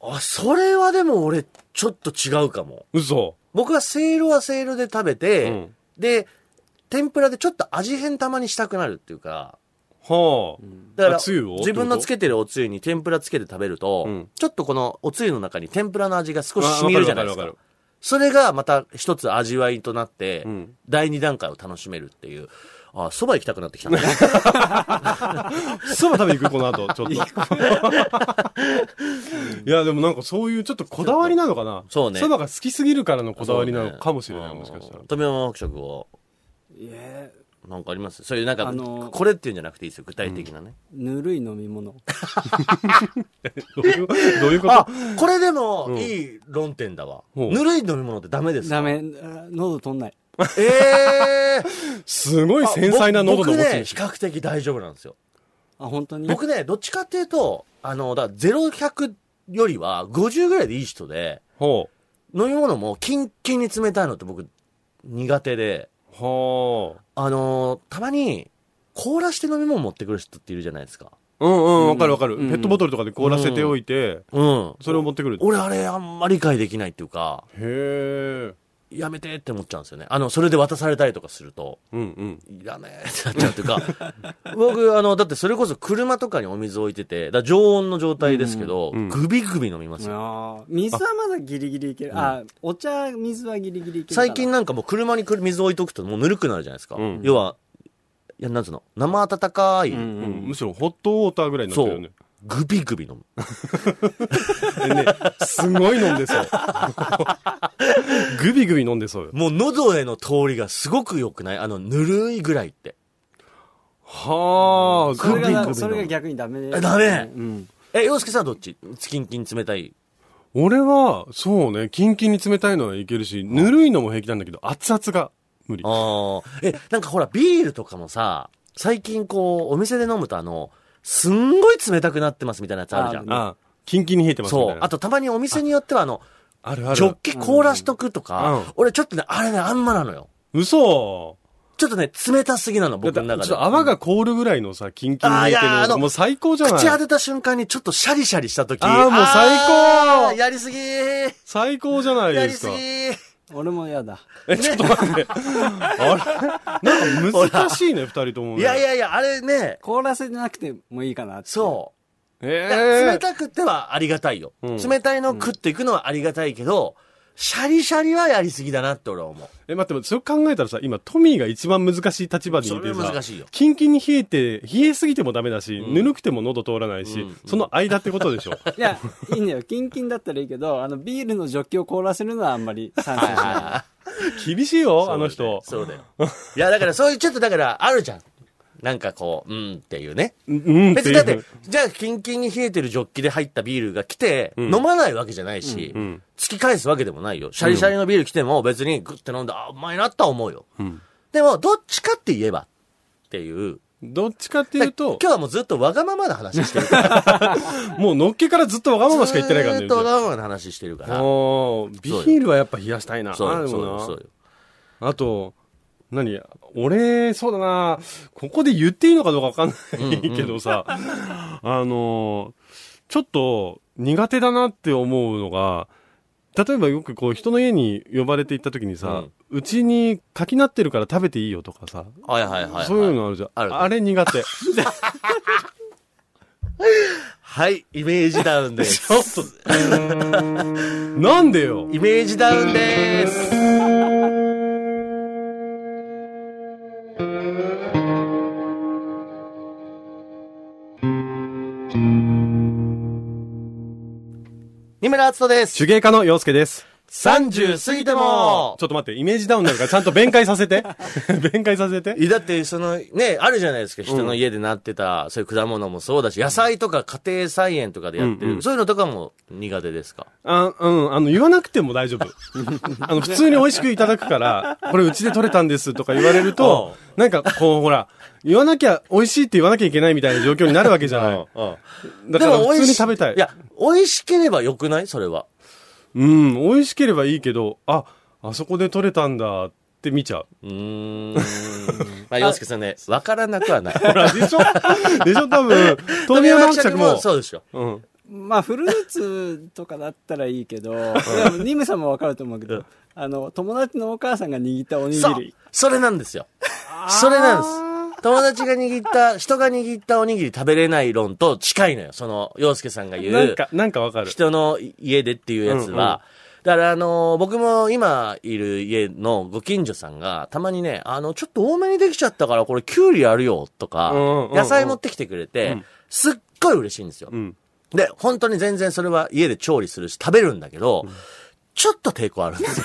[SPEAKER 2] あ、それはでも俺、ちょっと違うかも。
[SPEAKER 3] 嘘。
[SPEAKER 2] 僕はせいろはせいろで食べて、
[SPEAKER 3] うん
[SPEAKER 2] で、天ぷらでちょっと味変たまにしたくなるっていうか、
[SPEAKER 3] はあ。
[SPEAKER 2] だから、
[SPEAKER 3] あつゆを
[SPEAKER 2] 自分のつけてるおつゆに天ぷらつけて食べると、
[SPEAKER 3] うん
[SPEAKER 2] ちょっとこのおつゆの中に天ぷらの味が少し
[SPEAKER 3] あ
[SPEAKER 2] 染みるじゃないです
[SPEAKER 3] わ
[SPEAKER 2] か
[SPEAKER 3] るわ。る
[SPEAKER 2] それがまた一つ味わいとなって、
[SPEAKER 3] ん
[SPEAKER 2] 第二段階を楽しめるっていう。あ、蕎麦行きたくなってきたね。
[SPEAKER 3] わかるそば食べに行く、この後、ちょっと。 いや、でもなんかそういうちょっとこだわりなのかな。
[SPEAKER 2] そうね
[SPEAKER 3] そばが好きすぎるからの こだわりなのかもしれない、もしかしたら
[SPEAKER 2] うん。富山伯爵を、
[SPEAKER 4] いえ
[SPEAKER 2] なんかありますそういうなんか、
[SPEAKER 4] あのー
[SPEAKER 2] これっていうんじゃなくていいですよ、具体的なね。
[SPEAKER 4] ぬるい飲み物
[SPEAKER 3] どういうどういうこと
[SPEAKER 2] あ、これでもいい論点だわ。
[SPEAKER 3] ほう
[SPEAKER 2] ぬるい飲み物ってダメですか
[SPEAKER 4] ダ。メあ喉取んない
[SPEAKER 2] ええ
[SPEAKER 3] すごい 繊細な喉の持
[SPEAKER 2] 僕
[SPEAKER 3] ち
[SPEAKER 2] ね、
[SPEAKER 3] 主
[SPEAKER 2] 比。較的大丈夫なんですよ。
[SPEAKER 4] あ本当に
[SPEAKER 2] 僕ね、どっちかっていうと、あの、だから0100よりは50ぐらいでいい人で、
[SPEAKER 3] ほう。
[SPEAKER 2] 飲み物もキンキンに冷たいのって僕苦手で、
[SPEAKER 3] は
[SPEAKER 2] あのーたまに凍らして飲み物持ってくる人っているじゃないですか。
[SPEAKER 3] あ。うんうん、わかるわかる。
[SPEAKER 4] うん
[SPEAKER 3] ペットボトルとかで凍らせておいて、
[SPEAKER 2] うん。
[SPEAKER 3] それを持ってくる。へ
[SPEAKER 2] 俺あれあんまり理解できないっていうか、
[SPEAKER 3] え。
[SPEAKER 2] やめてって思っちゃうんですよね。あの、それで渡されたりとかすると、
[SPEAKER 3] うんうん。
[SPEAKER 2] いらねえってなっちゃうという か、僕、あの、だってそれこそ車とかにお水置いてて、だから常温の状態ですけど、
[SPEAKER 3] うんうん
[SPEAKER 2] グビグビ飲みますよ。
[SPEAKER 4] あー水はまだギリギリいけるあ,、お茶水はギリギリいけるかな
[SPEAKER 2] 最近なんかもう車にくる水置いとくともうぬるくなるじゃないですか。
[SPEAKER 3] うん
[SPEAKER 2] 要は、いや、なんつうの、生温かい、
[SPEAKER 3] うんうんむしろホットウォーターぐらいになっ
[SPEAKER 2] そ
[SPEAKER 3] てるよね
[SPEAKER 2] う。、グビグビ飲む。
[SPEAKER 3] でね、すごい飲んでそう。グビグビ飲んでそうよ。
[SPEAKER 2] もう喉への通りがすごく良くないあの、ぬるいぐらいって。
[SPEAKER 3] はあ、
[SPEAKER 4] それ
[SPEAKER 3] グビグビ
[SPEAKER 4] が
[SPEAKER 3] の
[SPEAKER 4] それが逆にダメで
[SPEAKER 2] えダメ
[SPEAKER 4] うん、
[SPEAKER 2] え、洋介さんはどっちキンキン冷たい。
[SPEAKER 3] 俺は、そうね、キンキンに冷たいのはいけるし、ぬるいのも平気なんだけど、熱々が無理。
[SPEAKER 2] ああ。え、なんかほら、ビールとかもさ、最近こう、お店で飲むとあの、すんごい冷たくなってますみたいなやつあるじゃん。
[SPEAKER 4] あ
[SPEAKER 3] あキンキンに冷えてますみ
[SPEAKER 2] そ
[SPEAKER 3] た
[SPEAKER 2] う
[SPEAKER 3] い。な。
[SPEAKER 2] あとたまにお店によってはあの、
[SPEAKER 3] あるあ
[SPEAKER 2] ジョッ
[SPEAKER 3] る。
[SPEAKER 2] キ凍らしとくとか、
[SPEAKER 3] うん
[SPEAKER 2] 俺ちょっとね、あれね、あんまなのよ。
[SPEAKER 3] 嘘
[SPEAKER 2] ちょっとね、冷たすぎなの、僕の
[SPEAKER 3] だって
[SPEAKER 2] 中
[SPEAKER 3] ち
[SPEAKER 2] で
[SPEAKER 3] ょっと。泡が凍るぐらいのさ、キンキンに
[SPEAKER 2] あ
[SPEAKER 3] 冷えて
[SPEAKER 2] いやあ
[SPEAKER 3] る
[SPEAKER 2] の
[SPEAKER 3] の、もう最高じゃない
[SPEAKER 2] 口当てた瞬間にちょっとシャリシャリした時
[SPEAKER 3] あーもう最高
[SPEAKER 2] あーやりすぎー
[SPEAKER 3] 最高じゃない
[SPEAKER 2] や
[SPEAKER 3] で
[SPEAKER 2] り
[SPEAKER 3] す
[SPEAKER 2] す
[SPEAKER 3] か
[SPEAKER 2] ぎ。ー
[SPEAKER 4] 俺も嫌だ
[SPEAKER 3] え、ちょっと待って。あれなんか難しいね、二人ともね。
[SPEAKER 2] いやいやいや、あれね、
[SPEAKER 4] 凍らせてなくてもいいかなって
[SPEAKER 2] そう。いや
[SPEAKER 3] え
[SPEAKER 2] 冷
[SPEAKER 3] ー。
[SPEAKER 2] たくてはありがたいよ、
[SPEAKER 3] うん
[SPEAKER 2] 冷たいのを食っていくのはありがたいけど、シャリシャリはやりすぎだなって俺は思う。
[SPEAKER 3] え、待って待って、それ考えたらさ、今、トミーが一番難しい立場にいて
[SPEAKER 2] それ
[SPEAKER 3] さ、
[SPEAKER 2] 難しいよ
[SPEAKER 3] キンキンに冷えて、冷えすぎてもダメだし、ぬるくても喉通らないし、
[SPEAKER 2] うん
[SPEAKER 3] その間ってことで しょ。
[SPEAKER 4] いや、いいんだよ。キンキンだったらいいけど、あの、ビールのジョッキを凍らせるのはあんまり賛成しな
[SPEAKER 3] 厳しいよ、あの人。
[SPEAKER 2] そうだよ。いや、だからそういう、ちょっとだからあるじゃん。なんかこう、うんっていうね。
[SPEAKER 3] うんうん
[SPEAKER 2] 別にだって
[SPEAKER 3] う、
[SPEAKER 2] じゃあキンキンに冷えてるジョッキで入ったビールが来て、飲まないわけじゃないし、
[SPEAKER 3] ん
[SPEAKER 2] 突き返すわけでもないよ。シャリシャリのビール来ても別にグッて飲んで、あ、うまいなとは思うよ。
[SPEAKER 3] ん
[SPEAKER 2] でも、どっちかって言えばっていう
[SPEAKER 3] どっちかっていうと
[SPEAKER 2] 今日、はもうずっとわがままな話してるから。
[SPEAKER 3] もうのっけからずっとわがまましか言ってないから
[SPEAKER 2] ず
[SPEAKER 3] ね。
[SPEAKER 2] ーっとわ
[SPEAKER 3] うち
[SPEAKER 2] がままな話してるか
[SPEAKER 3] あ
[SPEAKER 2] ら。
[SPEAKER 3] ービールはやっぱ冷やしたいな。
[SPEAKER 2] そうよ、
[SPEAKER 3] あーで
[SPEAKER 2] そう
[SPEAKER 3] も
[SPEAKER 2] よ、
[SPEAKER 3] な
[SPEAKER 2] そうよ。
[SPEAKER 3] あと、何俺、そうだな、ここで言っていいのかどうかわかんないけどさ、 あの、ちょっと苦手だなって思うのが、例えばよくこう人の家に呼ばれて行った時にさ、うち、に柿なってるから食べていいよとかさ、
[SPEAKER 2] はいはいはいはい。
[SPEAKER 3] そういうのあるじゃん。
[SPEAKER 2] ある
[SPEAKER 3] あれ苦手。
[SPEAKER 2] はい、イメージダウン です。ちょっと。
[SPEAKER 3] なんでよ
[SPEAKER 2] イメージダウンです。二村敦人です。
[SPEAKER 3] 手芸家の洋介です。
[SPEAKER 2] 30過ぎても
[SPEAKER 3] ちょっと待って、イメージダウンだからちゃんと弁解さ せて。弁解させて。
[SPEAKER 2] いやだって、その、ね、あるじゃないですか。人の家でなってた、そういう果物もそうだし、野菜とか家庭菜園とかでやってる、
[SPEAKER 3] うんうん
[SPEAKER 2] そういうのとかも苦手ですか
[SPEAKER 3] あ、うん、あの、言わなくても大丈夫。あの、普通に美味しくいただくから、これうちで取れたんですとか言われると、なんかこう、ほら、言わなきゃ、美味しいって言わなきゃいけないみたいな状況になるわけじゃない。だから普通に食べたい。
[SPEAKER 2] いや、美味しければよくないそれは。
[SPEAKER 3] うん、美味しければいいけど、あ、あそこで取れたんだって見ちゃう。
[SPEAKER 2] うーん。まあ、洋介さんね、わからなくはない。
[SPEAKER 3] ほら、でしょでしょ 多分、豆苗の伯爵も。
[SPEAKER 2] そうでしょ。
[SPEAKER 3] うん。
[SPEAKER 4] まあ、フルーツとかだったらいいけど、でもニムさんもわかると思うけど、あの、友達のお母さんが握ったおにぎ
[SPEAKER 2] そう
[SPEAKER 4] り。。
[SPEAKER 2] それなんですよ。それなんです。友達が握った、人が握ったおにぎり食べれない論と近いのよ。その、洋介さんが言
[SPEAKER 3] なん
[SPEAKER 2] う、
[SPEAKER 3] か、なんかわかる。
[SPEAKER 2] 人の家でっていうやつは、だからあのー僕も今いる家のご近所さんが、たまにね、あの、ちょっと多めにできちゃったからこれキュウリあるよとか、
[SPEAKER 3] うんうんうん
[SPEAKER 2] 野菜持ってきてくれて、すっごい嬉しいんですよ。
[SPEAKER 3] うん。
[SPEAKER 2] で、本当に全然それは家で調理するし食べるんだけど、ちょっと抵抗あるんですよ。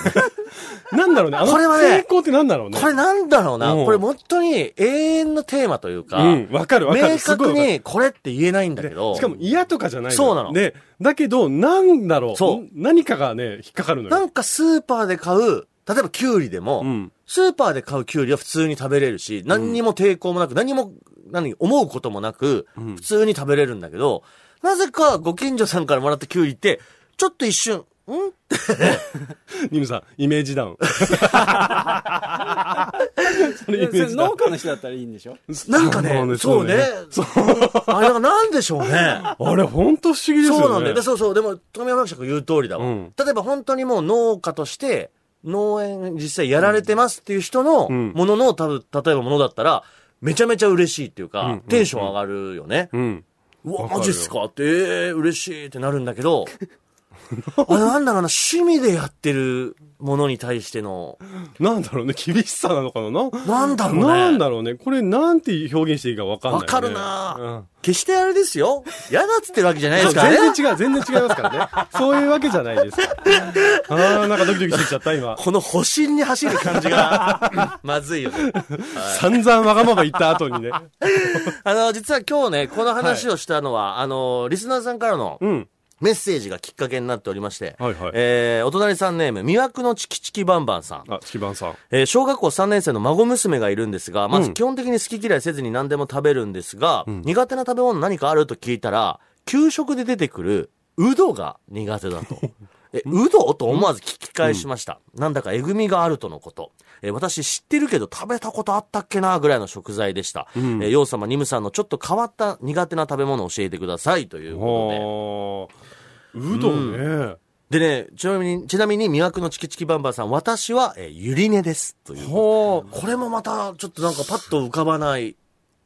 [SPEAKER 3] なんだろうね。あの、
[SPEAKER 2] これはね
[SPEAKER 3] 抵抗ってなんだろうね。
[SPEAKER 2] これなんだろうな、
[SPEAKER 3] うん
[SPEAKER 2] これ本当に永遠のテーマというか、
[SPEAKER 3] うん、わかるわかる。
[SPEAKER 2] 明
[SPEAKER 3] すごい
[SPEAKER 2] 確
[SPEAKER 3] わかる
[SPEAKER 2] にこれって言えないんだけど、
[SPEAKER 3] しかも嫌とかじゃない
[SPEAKER 2] そうなの
[SPEAKER 3] で、だけど、なんだろう。
[SPEAKER 2] そうん
[SPEAKER 3] 何かがね、引っかかるの
[SPEAKER 2] な
[SPEAKER 3] よ。
[SPEAKER 2] んかスーパーで買う、例えばキュウリでも、
[SPEAKER 3] うん。
[SPEAKER 2] スーパーで買うキュウリは普通に食べれるし、何にも抵抗もなく、何も、何、思うこともなく、
[SPEAKER 3] うん
[SPEAKER 2] 普通に食べれるんだけど、なぜかご近所さんからもらったキュウリって、ちょっと一瞬、ん
[SPEAKER 3] ニムさん、イメージダウ ン。それイメ
[SPEAKER 4] で
[SPEAKER 3] ー
[SPEAKER 4] それ
[SPEAKER 3] ジダウ
[SPEAKER 4] 農家の人だったらいいんでしょ
[SPEAKER 3] ン。
[SPEAKER 2] なんか
[SPEAKER 3] そ
[SPEAKER 2] ね
[SPEAKER 3] う、
[SPEAKER 2] そうね。。あれ、なんでしょうね。
[SPEAKER 3] そうねあれ、ほんと不思議ですよね。
[SPEAKER 2] そうなんだよ。でそうそう。でも、富山学者が言う通りだわ、
[SPEAKER 3] うん
[SPEAKER 2] 例えば本当にもう農家として、農園実際やられてますっていう人の
[SPEAKER 3] うん
[SPEAKER 2] ものの、たぶ例えばものだったら、めちゃめちゃ嬉しいっていうか、
[SPEAKER 3] うんうん
[SPEAKER 2] テンション上がるよね。
[SPEAKER 3] うん。
[SPEAKER 2] う
[SPEAKER 3] わ
[SPEAKER 2] わ、
[SPEAKER 3] かるよ
[SPEAKER 2] マジっすかって、えー、嬉しいってなるんだけど、 あれなんだろうな、趣味でやってるものに対しての、
[SPEAKER 3] なんだろうね、厳しさなのかなな
[SPEAKER 2] なんだろうね。
[SPEAKER 3] なんだろうね。これ、なんて表現していいかわかんない、ね。
[SPEAKER 2] わかるな
[SPEAKER 3] ぁ。
[SPEAKER 2] 決してあれですよ。嫌だっつってるわけじゃないで
[SPEAKER 3] そう
[SPEAKER 2] すからね。
[SPEAKER 3] 全然違う、全然違いますからね。そういうわけじゃないです。ああ、なんかドキドキしてきちゃった、今。
[SPEAKER 2] この保身に走る感じが、まずいよね。
[SPEAKER 3] 散々わがまま言った後にね。
[SPEAKER 2] あの、実は今日ね、この話をしたのは、あの、リスナーさんからの
[SPEAKER 3] うん。
[SPEAKER 2] メッセージがきっかけになっておりまして、
[SPEAKER 3] はいはい
[SPEAKER 2] えー、お隣さんネーム、魅惑のチキチキバンバンさん。
[SPEAKER 3] あ、月番さん。
[SPEAKER 2] えー小学校3年生の孫娘がいるんですが、ま
[SPEAKER 3] う
[SPEAKER 2] ず
[SPEAKER 3] ん
[SPEAKER 2] 基本的に好き嫌いせずに何でも食べるんですが、苦手な食べ物何かあると聞いたら、給食で出てくる、うどが苦手だ と。え、うどと思わず聞き返しました。なんだかえぐみがあるとのこと。えー私知ってるけど食べたことあったっけなぐらいの食材でした。えー、よう様、ニムさんのちょっと変わった苦手な食べ物を教えてくださいということで。
[SPEAKER 3] はあうどんね、
[SPEAKER 2] でね、ちなみに、ちなみに、魅惑のチキチキバンバンさん、私は、えーゆりねです。という
[SPEAKER 3] はあ
[SPEAKER 2] これもまた、ちょっとなんかパッと浮かばない。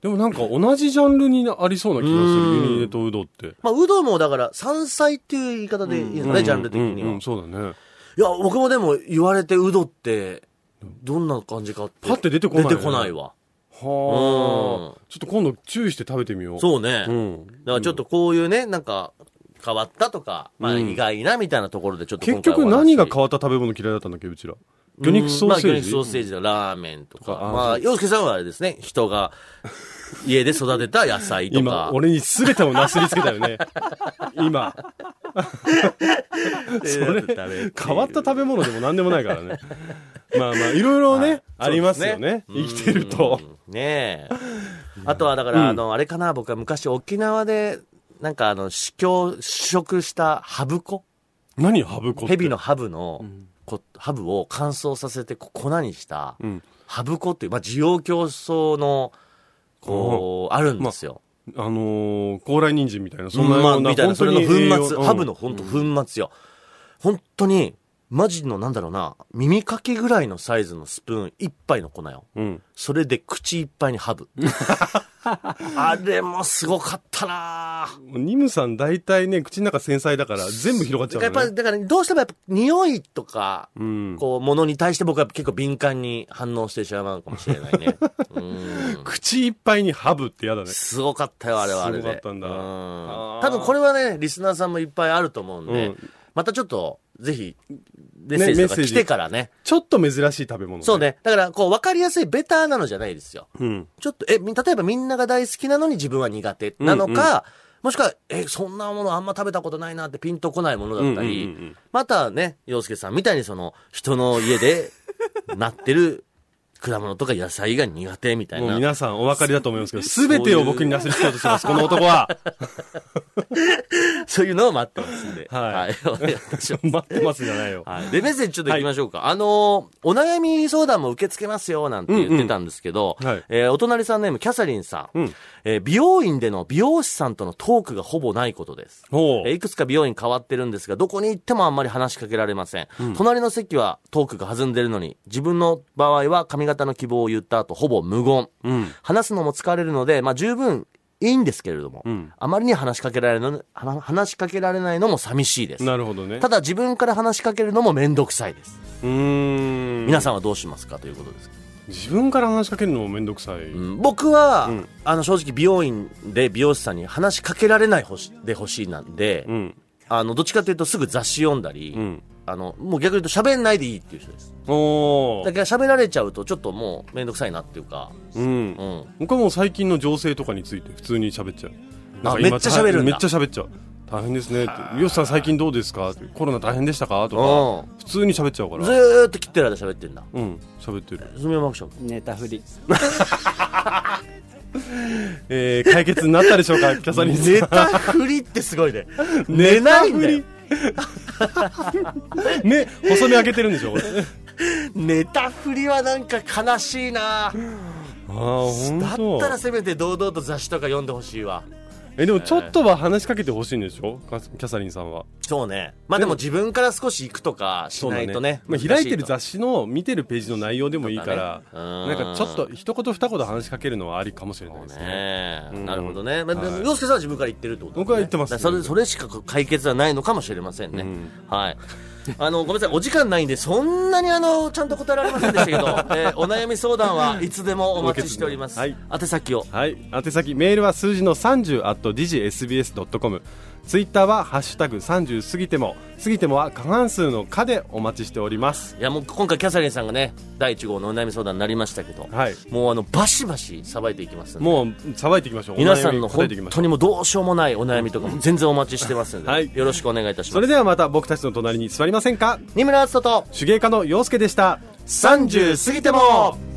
[SPEAKER 3] でもなんか同じジャンルにありそうな気がす
[SPEAKER 2] う
[SPEAKER 3] る
[SPEAKER 2] ん
[SPEAKER 3] ユニネとうどって
[SPEAKER 2] まあ、うどもだから、山菜っていう言い方でいいですかね、ジャンル的に
[SPEAKER 3] うんう
[SPEAKER 2] は。
[SPEAKER 3] ん
[SPEAKER 2] い
[SPEAKER 3] そうだね
[SPEAKER 2] や、僕もでも言われて、うどって、どんな感じかって。
[SPEAKER 3] パッて出てこないね
[SPEAKER 2] 出てこないわ。
[SPEAKER 3] は
[SPEAKER 2] うん
[SPEAKER 3] あちょっと今度注意して食べてみよう
[SPEAKER 2] そうね。
[SPEAKER 3] ん
[SPEAKER 2] だからちょっとこういうね、なんか、変わったとか、まあ、
[SPEAKER 3] うん
[SPEAKER 2] 意外なみたいなところでちょっと今
[SPEAKER 3] 結
[SPEAKER 2] 回
[SPEAKER 3] 局何が
[SPEAKER 2] お話
[SPEAKER 3] 変わった食べ物嫌いだったんだっけうちら
[SPEAKER 2] うん
[SPEAKER 3] 魚肉ソーセ
[SPEAKER 2] まあ、魚
[SPEAKER 3] ー
[SPEAKER 2] 肉
[SPEAKER 3] ジ、
[SPEAKER 2] ソーセージだ、ラーメンとか。
[SPEAKER 3] とかあー
[SPEAKER 2] まあ、
[SPEAKER 3] そう
[SPEAKER 2] 洋介さんはあれですね、人が家で育てた野菜と
[SPEAKER 3] 今
[SPEAKER 2] か。
[SPEAKER 3] 俺に全てをなすりつけたよね今それ変わった食べ物でも何でもないからね まあまあいろいろね、ありますよね
[SPEAKER 2] そうです
[SPEAKER 3] 生きてると
[SPEAKER 2] うんねえ。 あとはだから、あの、あれかな、僕は昔沖縄で、なんかあの、試供、試食したハブコ
[SPEAKER 3] 何ハブコって
[SPEAKER 2] ヘビのハブの、
[SPEAKER 3] ん
[SPEAKER 2] こハブを乾燥させてこ粉にした、
[SPEAKER 3] うん
[SPEAKER 2] ハブコっていう、まあ、需要競争の、こう、あるんですよ。
[SPEAKER 3] あのー、高麗人参みたいな、そんな
[SPEAKER 2] ま
[SPEAKER 3] よ
[SPEAKER 2] あ、
[SPEAKER 3] うな、
[SPEAKER 2] みたいな、それの粉
[SPEAKER 3] 栄養
[SPEAKER 2] 末、ハブの本当粉末よ。本当に、マジのなんだろうな、耳かきぐらいのサイズのスプーン一杯の粉よ。
[SPEAKER 3] うん。
[SPEAKER 2] それで口いっぱいにハ ブ。あれもすごかったなぁ
[SPEAKER 3] うんニムさん大体ね、口の中繊細だから、全部広がっちゃ
[SPEAKER 2] や
[SPEAKER 3] う
[SPEAKER 2] っぱ
[SPEAKER 3] の
[SPEAKER 2] り、
[SPEAKER 3] ね。
[SPEAKER 2] だからどうしてもやっぱ匂いとか、
[SPEAKER 3] うん。
[SPEAKER 2] こう、ものに対して僕は結構敏感に反応してしまうかもしれない ね。うん。
[SPEAKER 3] 口いっぱいにハブってやだね。
[SPEAKER 2] すごかったよ、あれはあれで。
[SPEAKER 3] すごかったんだ
[SPEAKER 2] う
[SPEAKER 3] あー
[SPEAKER 2] 多分これはね、リスナーさんもいっぱいあると思うんで、
[SPEAKER 3] うん
[SPEAKER 2] またちょっと、ぜひ、メッセージと
[SPEAKER 3] メッセ
[SPEAKER 2] か
[SPEAKER 3] ー
[SPEAKER 2] 来
[SPEAKER 3] ジ
[SPEAKER 2] てからね。
[SPEAKER 3] ちょっと珍しい食べ物、
[SPEAKER 2] そう。ね。だから、こう、わかりやすいベターなのじゃないですよ。
[SPEAKER 3] うん。
[SPEAKER 2] ちょっと、え、み例えばみんなが大好きなのに自分は苦手なのか、もしくは、え、そんなものあんま食べたことないなってピンとこないものだったり、
[SPEAKER 3] うんうんうんうん
[SPEAKER 2] またね、洋介さんみたいにその、人の家 でなってる果物とか野菜が苦手みたい
[SPEAKER 3] もう
[SPEAKER 2] な。
[SPEAKER 3] 皆さんお分かりだと思いますけど、すべてを僕になせるようとしてます、この 男は。
[SPEAKER 2] そういうのを待ってますんで。
[SPEAKER 3] はい
[SPEAKER 2] はい。お願いいた します
[SPEAKER 3] 待ってますじゃないよ。
[SPEAKER 2] はい、でメッセージちょっと行きましょうか、あのーお悩み相談も受け付けますよなんて言ってたんですけど、
[SPEAKER 3] うんうんはい
[SPEAKER 2] えーお隣さんネームキャサリンさん、
[SPEAKER 3] うん
[SPEAKER 2] えー美容院での美容師さんとのトークがほぼないことです
[SPEAKER 3] ほう
[SPEAKER 2] えーいくつか美容院変わってるんですが、どこに行ってもあんまり話しかけられません。隣の席はトークが弾んでるのに、自分の場合は髪型の希望を言った後、ほぼ無言。
[SPEAKER 3] うん。
[SPEAKER 2] 話すのも疲れるので、まあ十分いいんですけれども、
[SPEAKER 3] ん
[SPEAKER 2] あまりに話しかけられるの、話話しかけられないのも寂しいです。
[SPEAKER 3] なるほどね。
[SPEAKER 2] ただ自分から話しかけるのもめんどくさいです。
[SPEAKER 3] うーん。
[SPEAKER 2] 皆さんはどうしますかということです。
[SPEAKER 3] 自分から話しかけるのもめんどくさい。
[SPEAKER 2] うん僕は、
[SPEAKER 3] うん
[SPEAKER 2] あの正直美容院で美容師さんに話しかけられないほしでほしいなんで、
[SPEAKER 3] うん。
[SPEAKER 2] あのどっちかというとすぐ雑誌読んだり、
[SPEAKER 3] うん。
[SPEAKER 2] あの、もう逆に言うと喋んないでいいっていう人です。
[SPEAKER 3] お
[SPEAKER 2] だ
[SPEAKER 3] ー。
[SPEAKER 2] から喋られちゃうとちょっともうめんどくさいなっていうか、
[SPEAKER 3] うん
[SPEAKER 2] う。ん。
[SPEAKER 3] 僕はもう最近の情勢とかについて普通に喋っちゃう。なんか今
[SPEAKER 2] めっちゃ喋るんだ
[SPEAKER 3] めっちゃ喋っちゃう。大変ですねって。よしさん最近どうですかってコロナ大変でしたかとか。
[SPEAKER 2] う
[SPEAKER 3] 普通に喋っちゃうか
[SPEAKER 2] ん。ず
[SPEAKER 3] ら。
[SPEAKER 2] ーっと切ってる間喋ってんだ。
[SPEAKER 3] うん。喋ってる。
[SPEAKER 2] すみません。
[SPEAKER 4] ネタ振り
[SPEAKER 3] えー、解決になったでしょう かキャサリンさん。
[SPEAKER 2] ネタ振りってすご いね。寝ないんだよ。
[SPEAKER 3] 目、細め開けてるんでしょこれ あ
[SPEAKER 2] ネタ振りはなんか悲しいな
[SPEAKER 3] あ、ほん
[SPEAKER 2] だ
[SPEAKER 3] と
[SPEAKER 2] ったらせめて堂々と雑誌とか読んでほしいわ。
[SPEAKER 3] え、でもちょっとは話しかけてほしいんでしょキャサリンさんは。
[SPEAKER 2] そうね。まあでも自分から少し行くとかしないとね。
[SPEAKER 3] まあ、開いてる
[SPEAKER 2] 誌
[SPEAKER 3] 雑誌の見てるページの内容でもいいから、
[SPEAKER 2] とかねうん
[SPEAKER 3] なんかちょっと一言二言話しかけるのはありかもしれないですね。
[SPEAKER 2] ねえ
[SPEAKER 3] うん
[SPEAKER 2] なるほどね。まあ、でも
[SPEAKER 3] はい
[SPEAKER 2] 洋介さんは自分から言ってるってことだね
[SPEAKER 3] 僕は言ってます
[SPEAKER 2] だからそれ、それしか解決はないのかもしれませんね。
[SPEAKER 3] うん
[SPEAKER 2] はい。あの、ごめんなさい、お時間ないんで、そんなにあの、ちゃんと答えられませんでしたけ ど、えーお悩み相談はいつでもお待ちしております。
[SPEAKER 3] はい
[SPEAKER 2] 宛先を。
[SPEAKER 3] はい。宛先、メールは数字の30 at digsbs.com。ツイッターは、ハッシュタグ30過ぎても、過ぎてもは過半数のかでお待ちしております。
[SPEAKER 2] いや、もう今回キャサリンさんがね、第1号のお悩み相談になりましたけど、
[SPEAKER 3] はい。
[SPEAKER 2] もうあの、バシバシさばいていきますんで
[SPEAKER 3] もう、さばいていきましょう。
[SPEAKER 2] 皆さんの
[SPEAKER 3] お悩み答
[SPEAKER 2] 本
[SPEAKER 3] えていきまし
[SPEAKER 2] 当
[SPEAKER 3] ょう
[SPEAKER 2] にもうどうしようもないお悩みとかも全然お待ちしてますので、
[SPEAKER 3] はい
[SPEAKER 2] よろしくお願いいたし
[SPEAKER 3] そ
[SPEAKER 2] ま
[SPEAKER 3] れ
[SPEAKER 2] す。
[SPEAKER 3] ではまた僕たちの隣に座りませんか
[SPEAKER 2] 二村敦人と、
[SPEAKER 3] 手芸家の洋介でした。30過ぎても